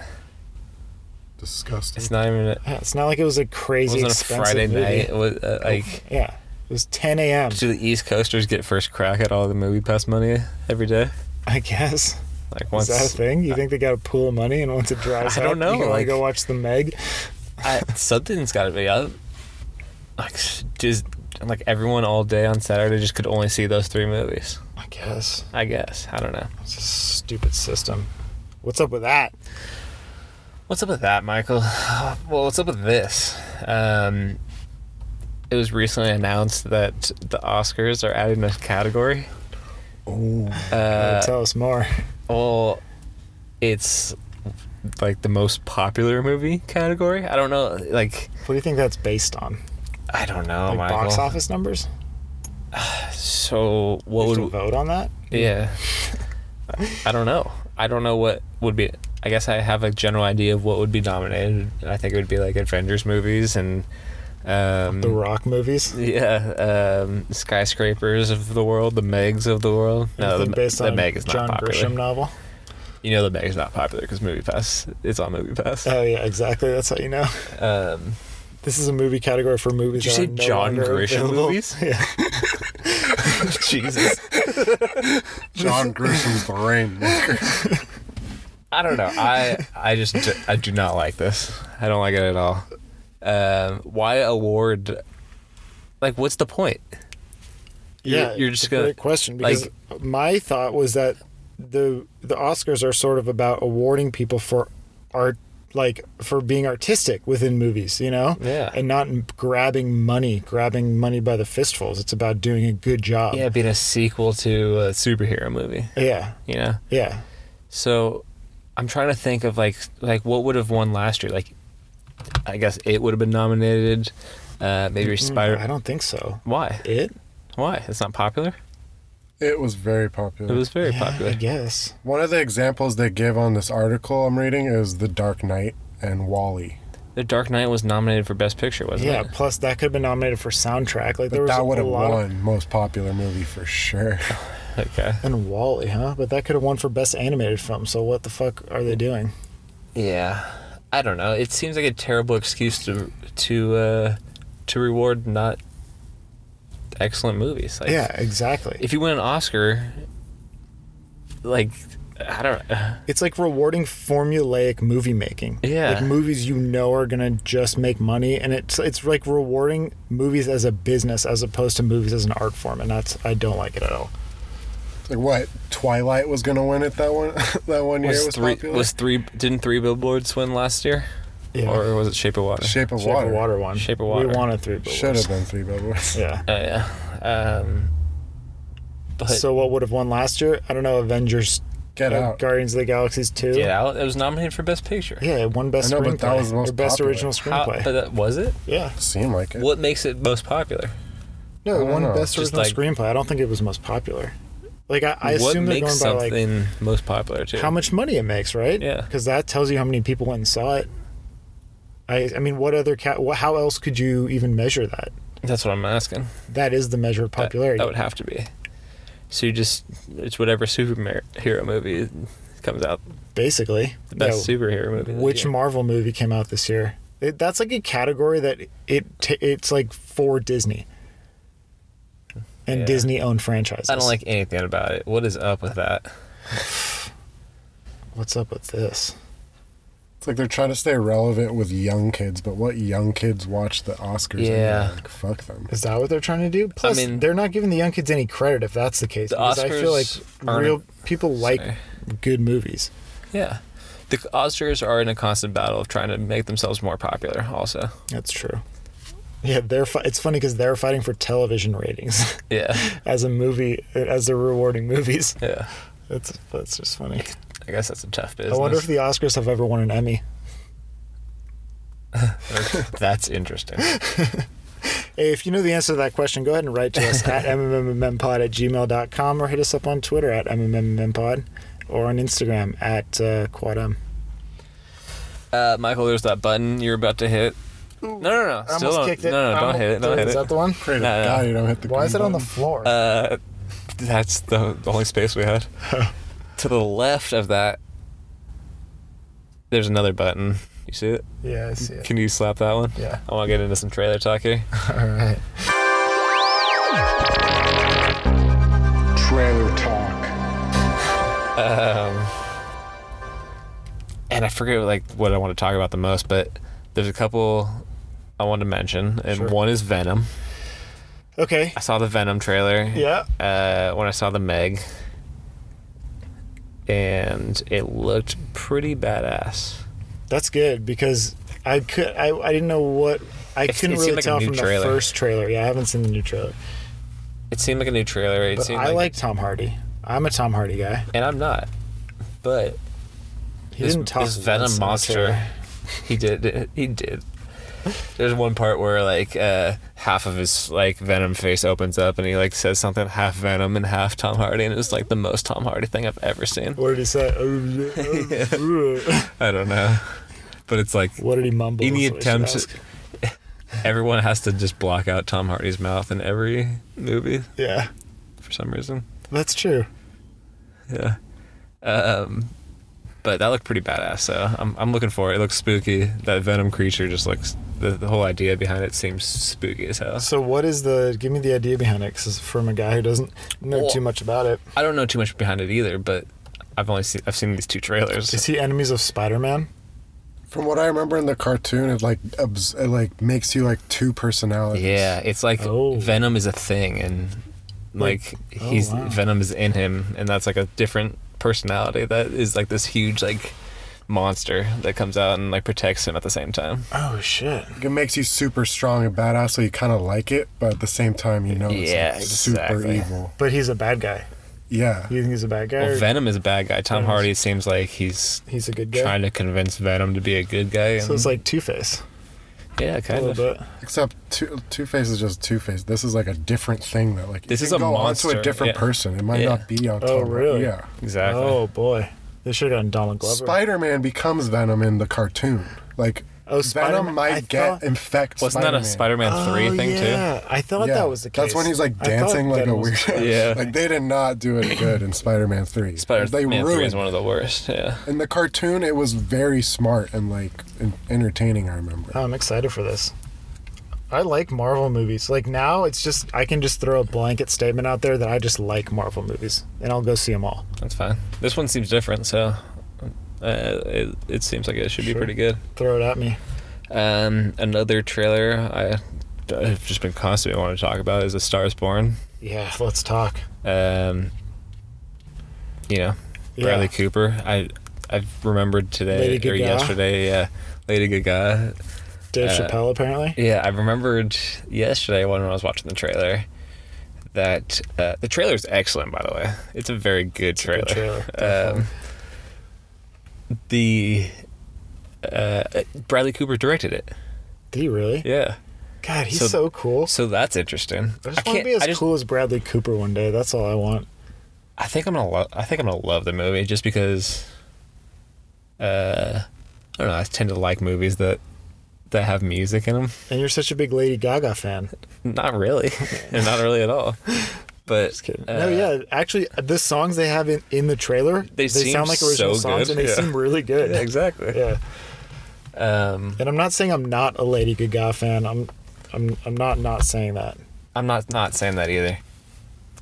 C: Disgusting.
B: It's not even. A,
A: Yeah, It's not like it was a
B: it
A: crazy
B: wasn't a
A: expensive
B: Friday
A: movie.
B: night. It was, uh, like,
A: Yeah, it was ten a.m.
B: do the East Coasters get first crack at all the movie pass money every day?
A: I guess
B: Like
A: is
B: once.
A: that a thing? You think they got a pool of money and once it dries
B: I don't
A: up,
B: know,
A: you can only
B: like-
A: go watch the Meg.
B: I, something's got to be up. Like, just like everyone all day on Saturday just could only see those three movies.
A: I guess
B: I guess. I don't know.
A: it's a stupid system. What's up with that?
B: What's up with that, Michael? Well, what's up with this? Um, it was recently announced that the Oscars are adding a category.
A: Uh,
B: Uh,
A: tell us more.
B: well, it's like the most popular movie category. I don't know. Like,
A: What do you think that's based on?
B: I don't know,
A: Like
B: Michael.
A: box office numbers?
B: So, what
A: You have
B: would
A: to vote on that?
B: Yeah. I don't know. I don't know what would be. I guess I have a general idea of what would be nominated. I think it would be like Avengers movies and um,
A: The Rock movies?
B: yeah, um, skyscrapers of the world, the Megs of the world. No, the,
A: Anything based
B: the
A: on
B: Meg is not
A: John
B: popular.
A: Grisham novel.
B: You know, the Meg is not popular because Movie Pass. It's on Movie Pass.
A: Oh yeah, exactly. That's how you know.
B: Um,
A: This is a movie category for movies.
B: did
A: that
B: you say
A: are no
B: John
A: longer
B: Grisham
A: available.
B: movies?
A: Yeah.
B: Jesus,
C: John Grisham's the Rainmaker.
B: I don't know. I I just do, I do not like this. I don't like it at all. Um, why award? Like, what's the point? You're-
A: yeah,
B: you're just
A: it's a
B: gonna-
A: great question because my thought was that the the Oscars are sort of about awarding people for art, like for being artistic within movies, you know,
B: Yeah.
A: and not grabbing money, grabbing money by the fistfuls. It's about doing a good job.
B: Yeah, being a sequel to a superhero movie.
A: yeah,
B: You know.
A: yeah.
B: So I'm trying to think of like like what would have won last year. Like I guess it would have been nominated. Uh, maybe
A: Mm, I
B: Spider.
A: don't think so.
B: Why?
A: It?
B: Why? It's not popular.
C: It was very
B: It
C: popular.
B: was very
A: Yeah,
B: popular.
A: I guess.
C: One of the examples they give on this article I'm reading is The Dark Knight and Wally.
B: The Dark Knight was nominated for Best Picture, wasn't
A: Yeah.
B: it?
A: Plus, that could have been nominated for soundtrack. Like there
C: But
A: was
C: that
A: a
C: would have
A: lot. Of,
C: won most popular movie for sure.
B: Okay.
A: and Wally, huh? But that could have won for best animated film. So what the fuck are they doing?
B: Yeah. I don't know. It seems like a terrible excuse to to uh, to reward not excellent movies. Like,
A: yeah, exactly.
B: If you win an Oscar, like I don't.
A: It's like rewarding formulaic movie making.
B: Yeah.
A: Like movies you know are gonna just make money, and it's it's like rewarding movies as a business as opposed to movies as an art form, and that's I don't like it at all.
C: Like what? Twilight was gonna win it that one that one year
B: was,
C: it was
B: three
C: popular.
B: was three didn't three billboards win last year
A: Yeah.
B: or was it shape of water
C: Shape of
A: Shape
C: Water.
A: of Water one.
B: Shape of
A: We
B: Water.
A: wanted three billboards.
C: Should have been three billboards.
A: Yeah.
B: oh yeah um but
A: so what would have won last year? I don't know. Avengers,
C: Get
A: uh,
C: out.
A: Guardians of the Galaxy's two.
B: get out it was nominated for best picture
A: Yeah, it won best
C: I know,
A: screenplay.
C: but that was the most
A: or best
C: popular.
A: original
B: How,
A: screenplay.
B: but that, was it
A: yeah.
C: Seemed like it.
B: what makes it most popular
A: No, it
C: don't
A: won
C: know.
A: best
B: Just
A: original
B: like-
A: screenplay. I don't think it was most popular. Like I, I
B: what
A: assume they're
B: makes
A: going by like
B: something most popular too
A: how much money it makes, right?
B: Yeah.
A: Because that tells you how many people went and saw it. I, I mean, what other cat? What, how else could you even measure that?
B: that's what i'm asking
A: That is the measure of
B: That-
A: popularity.
B: that, would have to be so you just it's whatever superhero movie comes out
A: basically,
B: the best
A: Yeah,
B: superhero movie of the
A: which
B: year.
A: Marvel movie came out this year? It, that's like a category that it t- it's like for Disney. and
B: Yeah.
A: Disney owned franchises.
B: I don't like anything about it. What is up with that?
A: What's up with this?
C: It's like they're trying to stay relevant with young kids, but what young kids watch the Oscars?
B: Yeah.
C: anyway? Like, fuck them.
A: Is that what they're trying to do? Plus,
B: mean-
A: they're not giving the young kids any credit if that's the case.
B: The
A: because I feel
B: Oscars
A: like
B: aren't-
A: real people like
B: Sorry.
A: good movies.
B: Yeah. The Oscars are in a constant battle of trying to make themselves more popular, also.
A: That's true. Yeah, they're. Fi- it's funny because they're fighting for television ratings
B: Yeah.
A: as a movie, as they're rewarding movies.
B: Yeah.
A: That's that's just funny.
B: I guess that's a tough
A: I
B: business.
A: wonder if the Oscars have ever won an Emmy.
B: that's interesting.
A: Hey, if you know the answer to that question, go ahead and write to us at mmmmmpod at gmail.com or hit us up on Twitter at mmmmmpod or on Instagram at uh, quadm.
B: Uh, Michael, there's that button you're about to hit. No, no, no.
A: I
B: Still
A: almost
B: don't.
A: kicked
B: No,
A: it.
B: no,
A: I
B: don't
A: almost-
B: hit it. Don't hit
A: Is that
B: it.
A: the one?
C: Pray to
B: No, no.
C: God you don't hit the.
A: Why is it
C: green
A: on the
C: button.
A: floor?
B: Uh, that's the, the only space we had. to the left of that, there's another button. You see it?
A: yeah, I see it.
B: Can you slap that one?
A: Yeah.
B: I want to get into some trailer talk here.
A: All right.
C: trailer talk?
B: and I forget like what I want to talk about the most, but there's a couple I want to mention, and
A: Sure.
B: one is Venom.
A: Okay.
B: I saw the Venom trailer.
A: Yeah.
B: Uh, when I saw the Meg, and it looked pretty badass.
A: That's good because I could I, I didn't know what I
B: It's-
A: couldn't
B: it seemed
A: really
B: like a
A: tell
B: new
A: from
B: trailer.
A: the first trailer. Yeah, I haven't seen the new trailer.
B: It seemed like a new trailer. It
A: But
B: seemed
A: I like, Tom Hardy. I'm a Tom Hardy guy.
B: and I'm not, but
A: He
B: this,
A: didn't talk once
B: this
A: in
B: Venom
A: the
B: monster,
A: trailer.
B: he did. He did. There's one part where like uh, half of his like Venom face opens up and he like says something half Venom and half Tom Hardy and it's like the most Tom Hardy thing I've ever seen.
A: What did he say? Oh,
B: I don't know, but it's like
A: what did he mumble?
B: any
A: is what we should
B: attempt,
A: ask.
B: everyone has to just block out Tom Hardy's mouth in every movie
A: Yeah,
B: for some reason.
A: that's true.
B: Yeah. Um, but that looked pretty badass. So I'm, I'm looking for it. It looks spooky. That venom creature just looks. The, the whole idea behind it seems spooky as hell.
A: So what is the? Give me the idea behind it, 'cause from a guy who doesn't know
B: Well-
A: too much about it,
B: I don't know too much behind it either, but I've only seen I've seen these two
A: is
B: trailers.
A: he enemies of Spider-Man?
C: From what I remember in the cartoon, it like abs- it like makes you like two personalities.
B: Yeah, it's like
A: Oh.
B: venom is a thing, and like
A: oh,
B: he's
A: wow.
B: venom is in him, and that's like a different personality that is like this huge like monster that comes out and like protects him at the same time.
A: Oh shit!
C: Like, it makes you super strong and badass, so you kind of like it, but at the same time, you know it's
B: Yeah,
C: like, super
B: exactly.
C: evil.
A: But he's a bad guy.
C: Yeah,
A: You think he's a bad guy?
B: Well,
A: or
B: Venom is a bad guy. Tom
A: Venom's-
B: Hardy seems like he's
A: he's a good guy.
B: trying to convince Venom to be a good guy. And,
A: so it's like oh, Two Face
B: yeah,
A: a
B: kind
A: little
B: of.
A: bit.
C: except two two face is just two face. This is like a different thing that like you
B: This is
C: can
B: a
C: go onto
B: monster,
C: a different
B: yeah.
C: person. It might
B: Yeah.
C: not be on.
A: Oh,
C: Tom-
A: really?
C: Yeah.
B: Exactly.
A: Oh boy, they should have gotten Donald Glover.
C: Spider Man becomes Venom in the cartoon. Like
A: Oh, Spider-Man-
C: Venom might
A: I
C: get
A: thought-
C: infect.
B: Wasn't
C: Spider-Man.
B: that a Spider-Man
A: Oh,
B: three thing
A: yeah. I thought
C: Yeah.
A: that was the case.
C: That's when he's like
A: I thought
C: dancing like a
A: Venom was-
C: weirdo.
B: Yeah.
C: Like they did not do it good in Spider-Man three.
B: too? Spider-Man
C: they
B: three
C: ruined.
B: is one of the worst. Yeah.
C: it. in the cartoon, it was very smart and like en- entertaining. I remember.
A: Oh, I'm excited for this. I like Marvel movies. Like now, it's just I can just throw a blanket statement out there that I just like Marvel movies, and I'll go see them all.
B: That's fine. This one seems different, so uh, it, it seems like it should be
A: Sure.
B: pretty good.
A: Throw it at me.
B: Um, another trailer I, I've just been constantly wanting to talk about is *A Star Is Born*.
A: Yeah, let's talk.
B: Um, you know,
A: Yeah.
B: Bradley Cooper. I I've remembered today
A: Lady
B: or
A: Gaga.
B: yesterday. Yeah, Lady Gaga.
A: Dave
B: Uh,
A: Chappelle apparently.
B: Yeah, I remembered yesterday when I was watching the trailer that uh, the trailer is excellent. By the way, it's a very good trailer.
A: Good trailer.
B: Um, the uh, Bradley Cooper directed it.
A: Did he really?
B: Yeah,
A: God, he's so,
B: So-
A: cool.
B: so that's interesting.
A: I just want to be as
B: I, just-
A: cool as Bradley Cooper one day. That's all I want.
B: I think I'm gonna. Lo- I think I'm gonna love the movie just because. Uh, I don't know. I tend to like movies that that have music in them.
A: And you're such a big Lady Gaga fan.
B: Not really, and not really at all. But
A: Just kidding.
B: uh,
A: no, yeah, actually, the songs they have in, in the trailer
B: They seem
A: sound like original
B: so
A: songs,
B: good,
A: and they
B: yeah.
A: seem really good.
B: Yeah, exactly.
A: yeah.
B: Um,
A: And I'm not saying I'm not a Lady Gaga fan. I'm I'm I'm not not saying that.
B: I'm not not saying that either.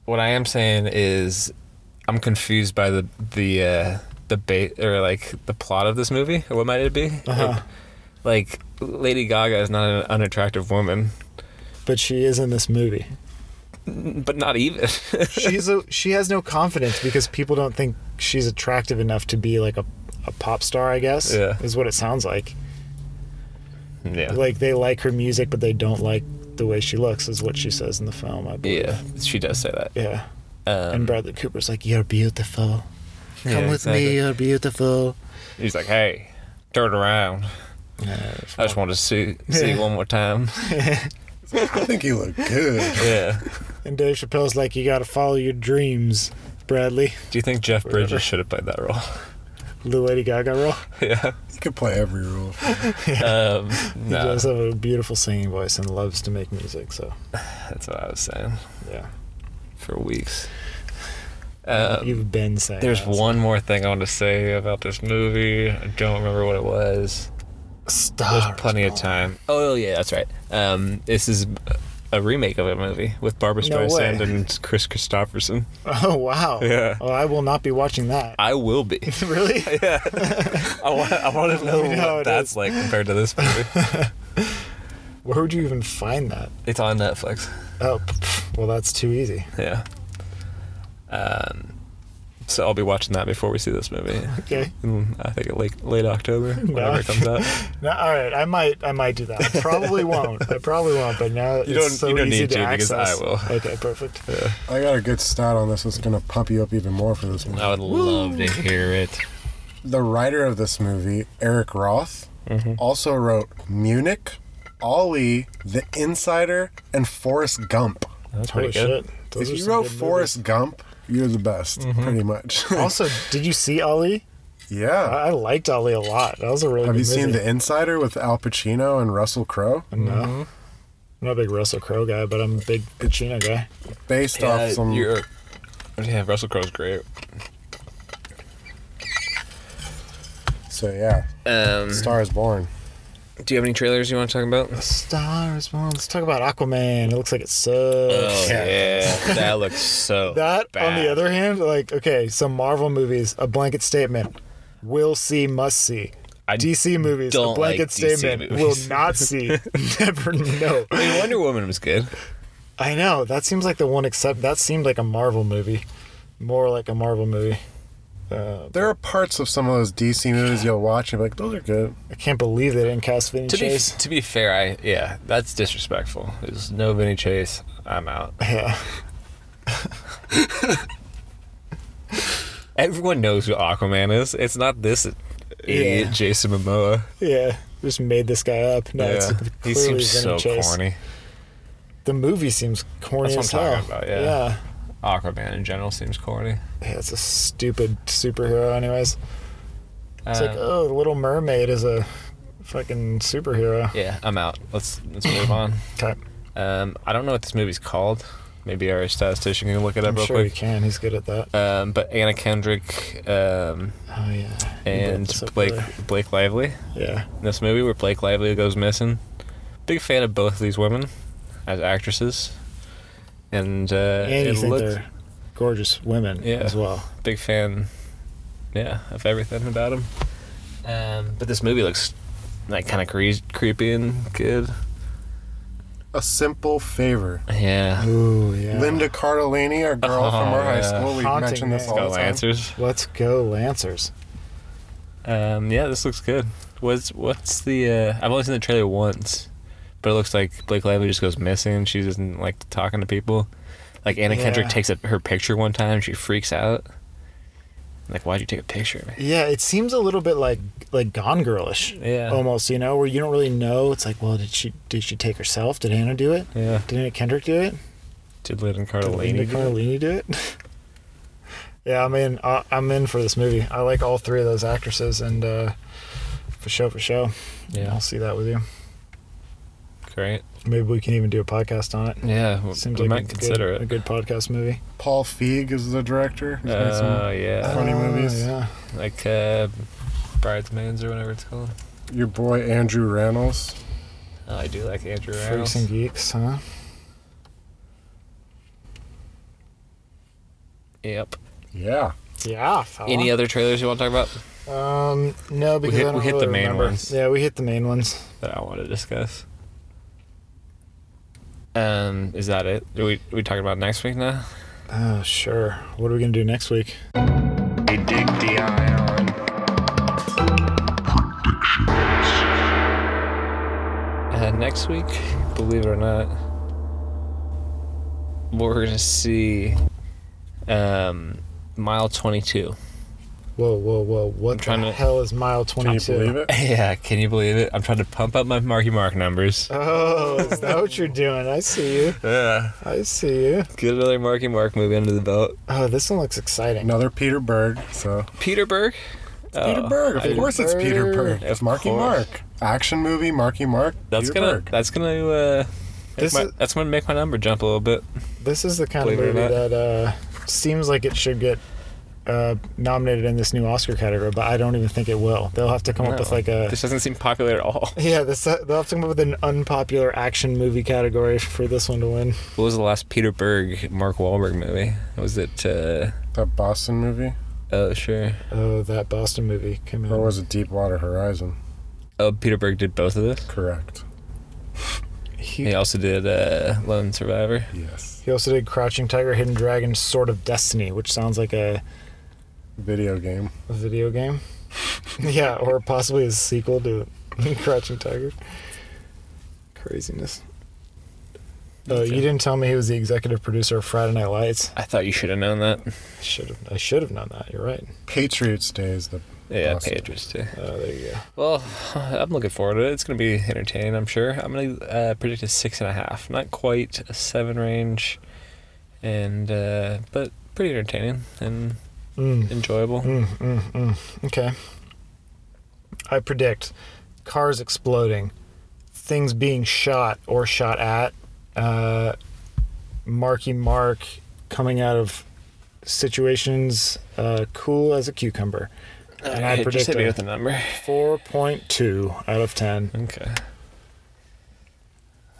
B: what I am saying is, I'm confused by the the uh, debate or like the plot of this movie. Or what might it be?
A: Uh-huh.
B: Like, like, Lady Gaga is not an unattractive woman,
A: but she is in this movie.
B: but not even.
A: She's a, she has no confidence because people don't think she's attractive enough to be like a, a pop star. I guess
B: Yeah.
A: is what it sounds like.
B: yeah.
A: Like they like her music, but they don't like the way she looks. Is what she says in the film. I believe.
B: yeah, she does say that.
A: Yeah.
B: Um,
A: and Bradley Cooper's like, "You're beautiful. Come
B: yeah,
A: with me.
B: exactly.
A: You're beautiful."
B: He's like, "Hey, turn around. I just wanted to see see you one more time."
C: I think you look good.
B: Yeah.
A: And Dave Chappelle's like, "You gotta follow your dreams, Bradley."
B: Do you think Jeff Bridges should have played that role?
A: The Lady Gaga role.
B: yeah.
C: You could play every role.
B: Um,
A: He
B: no,
A: does have a beautiful singing voice and loves to make music. So,
B: that's what I was saying
A: yeah,
B: for weeks. Um,
A: you've been saying.
B: There's
A: that.
B: one more thing I want to say about this movie. I don't remember what it was. There's
A: Star.
B: plenty of time. Oh yeah, that's right. Um, this is a remake of a movie with Barbara
A: No
B: Streisand
A: way.
B: and Chris Christopherson.
A: Oh wow.
B: Yeah.
A: Oh, I will not be watching that.
B: I will be.
A: really?
B: yeah. I want. I want to know
A: me know how
B: what
A: it
B: that's
A: is.
B: like compared to this movie.
A: Where would you even find that?
B: it's on Netflix.
A: Oh, p- p- well, that's too easy.
B: Yeah. Um, so I'll be watching that before we see this movie.
A: Okay.
B: In, I think late late October, whenever it comes out.
A: No, all right, I might, I might do that. I probably won't. I probably won't. But now it's
B: don't-
A: so
B: you don't
A: easy
B: need
A: to,
B: to, because I
A: access.
B: will.
A: Okay, perfect.
C: I got a good stat on this that's going to pump you up even more for this movie.
B: I would love to hear it.
C: The writer of this movie, Eric Roth,
B: Mm-hmm.
C: also wrote Munich, Ollie, The Insider, and Forrest Gump.
B: That's
A: Holy
B: pretty good.
A: shit. Those are
C: if you
A: some
C: wrote
A: good movies.
C: Forrest Gump, you're the best,
B: Mm-hmm.
C: pretty much.
A: Also, did you see Ali? I,
C: yeah.
A: I liked Ali a lot. That was a really.
C: Have
A: good
C: you seen
A: movie.
C: The Insider with Al Pacino and Russell Crowe?
A: No.
B: Mm-hmm.
A: I'm not a big Russell Crowe guy, but I'm a big Pacino guy.
C: Based off some.
B: you're, yeah, Russell Crowe's great.
C: So, yeah.
B: Um,
C: Star is Born.
B: do you have any trailers you want to talk about?
A: Star is born. Let's talk about Aquaman. It looks like it sucks.
B: Oh, yeah, that looks so.
A: That, on the other hand, like okay, some Marvel movies, a blanket statement: will see, must see.
B: I
A: DC movies, a
B: don't
A: blanket
B: like DC
A: statement:
B: movies.
A: will not see, never know.
B: I mean, Wonder Woman was good.
A: I know that seems like the one. Except that seemed like a Marvel movie, more like a Marvel movie. Uh,
C: There are parts of some of those DC movies you'll watch and be like, those are good.
A: I can't believe they didn't cast Vinny
B: To be
A: Chase.
B: to be fair, I yeah, that's disrespectful. There's no Vinny Chase. I'm out.
A: yeah,
B: Everyone knows who Aquaman is. It's not this idiot
A: Yeah.
B: Jason Momoa.
A: yeah, just made this guy up. No, it's
B: yeah.
A: clearly
B: He seems
A: Vinny
B: so
A: Chase.
B: corny.
A: The movie seems corny as
B: That's what I'm
A: hell.
B: talking about, yeah.
A: yeah,
B: Aquaman in general seems corny.
A: Yeah, it's a stupid superhero, anyways. It's like,
B: Uh,
A: oh, the Little Mermaid is a fucking superhero.
B: yeah, I'm out. Let's let's move on.
A: Okay.
B: Um, I don't know what this movie's called. Maybe our statistician can look it up
A: I'm
B: real
A: sure he
B: quick.
A: can. He's good at that.
B: Um, but Anna Kendrick um,
A: Oh yeah. He brought
B: and
A: this up
B: Blake
A: earlier.
B: Blake Lively
A: Yeah.
B: in this movie where Blake Lively goes missing. Big fan of both of these women as actresses, and uh,
A: and you
B: it
A: think
B: looked
A: they're gorgeous women
B: Yeah.
A: as well.
B: big fan. Yeah, of everything about them. Um, but this movie looks like kind of cre- creepy and good.
C: A Simple Favor.
B: Yeah,
A: Ooh yeah.
C: Linda Cardellini, our girl
B: Oh,
C: from our high
B: yeah.
C: school. We
A: Haunting
C: mentioned this
A: name.
C: all
B: got
C: the time.
B: lancers.
A: Let's go Lancers.
B: Um, yeah, this looks good. What's what's the? Uh, I've only seen the trailer once, but it looks like Blake Lively just goes missing. and She doesn't like talking to people. Like Anna Kendrick
A: Yeah.
B: takes a, her picture one time. She freaks out. Like, why'd you take a picture of me?
A: Yeah, it seems a little bit like like Gone Girlish.
B: Yeah.
A: Almost, you know, where you don't really know. It's like, well, did she did she take herself? Did Anna do it?
B: Yeah.
A: Did Anna Kendrick do it?
B: Did Lynn
A: Did Linda
B: Cardellini? do it?
A: Cardellini do it? yeah, I'm in. I- I'm in for this movie. I like all three of those actresses, and uh, for show, for show.
B: Yeah,
A: I'll see that with you.
B: great.
A: Maybe we can even do a podcast on it.
B: Yeah, we,
A: Seems
B: we
A: like a
B: might
A: good-
B: consider
A: a
B: it.
A: good podcast movie.
C: Paul Feig is the director. He's made some
B: Uh, yeah,
C: Funny
A: Oh,
C: movies.
A: Yeah.
B: like uh, Bridesmaids or whatever it's called.
C: Your boy Andrew Reynolds.
B: Oh, I do like Andrew
A: Freaks
B: Reynolds.
A: and geeks, huh?
B: Yep.
C: Yeah.
A: Yeah. fella.
B: Any other trailers you want to talk about
A: Um, no, because
B: hit-
A: I don't
B: we hit the
A: really
B: main
A: remember.
B: ones.
A: Yeah, we hit the main ones.
B: that I want to discuss? Um, is that it? Are we we talking about next week now?
A: Oh, sure. What are we gonna do next week?
B: Uh, next week, believe it or not, we're gonna see um, mile twenty-two.
A: Whoa, whoa, whoa! What
B: trying
A: the
B: to-
A: hell is mile
C: Can you
A: twenty-two?
C: believe it?
B: Yeah, can you believe it? I'm trying to pump up my Marky Mark numbers.
A: Oh, is that what you're doing? I see you.
B: Yeah,
A: I see you.
B: get another Marky Mark movie under the belt.
A: Oh, this one looks exciting.
C: Another Peter Berg. So
B: Peter Berg. Oh.
C: Peter Berg. Of
B: Uh, I-
C: course, it's Peter Berg.
B: Of
C: It's Marky
B: course.
C: Mark. Action movie. Marky Mark.
B: That's
C: Peter
B: gonna.
C: Berg.
B: That's gonna. Uh, make
A: This
B: my,
A: is-
B: that's gonna make my number jump a little bit.
A: This is the kind of
B: Believe it or
A: movie
B: not.
A: that uh, seems like it should get uh, nominated in this new Oscar category, but I don't even think it will. They'll have to come up
B: No.
A: with like a
B: This doesn't seem popular at all.
A: yeah. This uh, they'll have to come up with an unpopular action movie category for this one to win.
B: What was the last Peter Berg Mark Wahlberg movie? Was it? Uh,
C: That Boston movie,
B: oh sure.
A: Oh, that Boston movie came out.
C: or was it Deepwater Horizon?
B: Oh, Peter Berg did both of those.
C: Correct.
A: he,
B: He also did uh, Lone Survivor.
C: Yes.
A: he also did Crouching Tiger, Hidden Dragon, Sword of Destiny, which sounds like a
C: Video game.
A: a video game. yeah, or possibly a sequel to Crouching Tiger. Craziness. Uh,
B: Okay.
A: You didn't tell me he was the executive producer of Friday Night Lights.
B: I thought you should have known that.
A: I should have. I should have known that. You're right.
C: Patriots Day is the
B: Yeah,
C: Awesome.
B: Patriots too.
A: Oh, there you go.
B: Well, I'm looking forward to it. It's going to be entertaining, I'm sure. I'm going to uh, predict a six and a half, not quite a seven range, and uh, but pretty entertaining and
A: Mm,
B: enjoyable.
A: mm, mm, mm. Okay. I predict cars exploding, things being shot or shot at, uh, Marky Mark coming out of situations uh, cool as a cucumber. And I
B: Uh, Hey, just
A: predict
B: hit me
A: a-
B: with a number.
A: 4.2 out of 10.
B: Okay.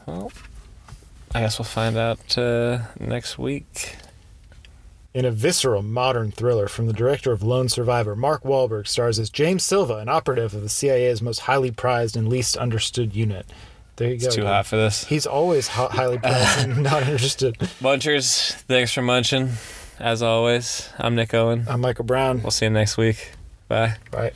B: Well, I guess we'll find out uh, next week.
A: In a visceral modern thriller from the director of Lone Survivor, Mark Wahlberg stars as James Silva, an operative of the CIA's most highly prized and least understood unit. There you go.
B: It's too
A: dude.
B: hot for this.
A: He's always hi- highly prized and not interested.
B: Munchers, thanks for munching. As always, I'm Nick Owen.
A: Uh, I'm Michael Brown.
B: We'll see you next week. Bye.
A: Bye.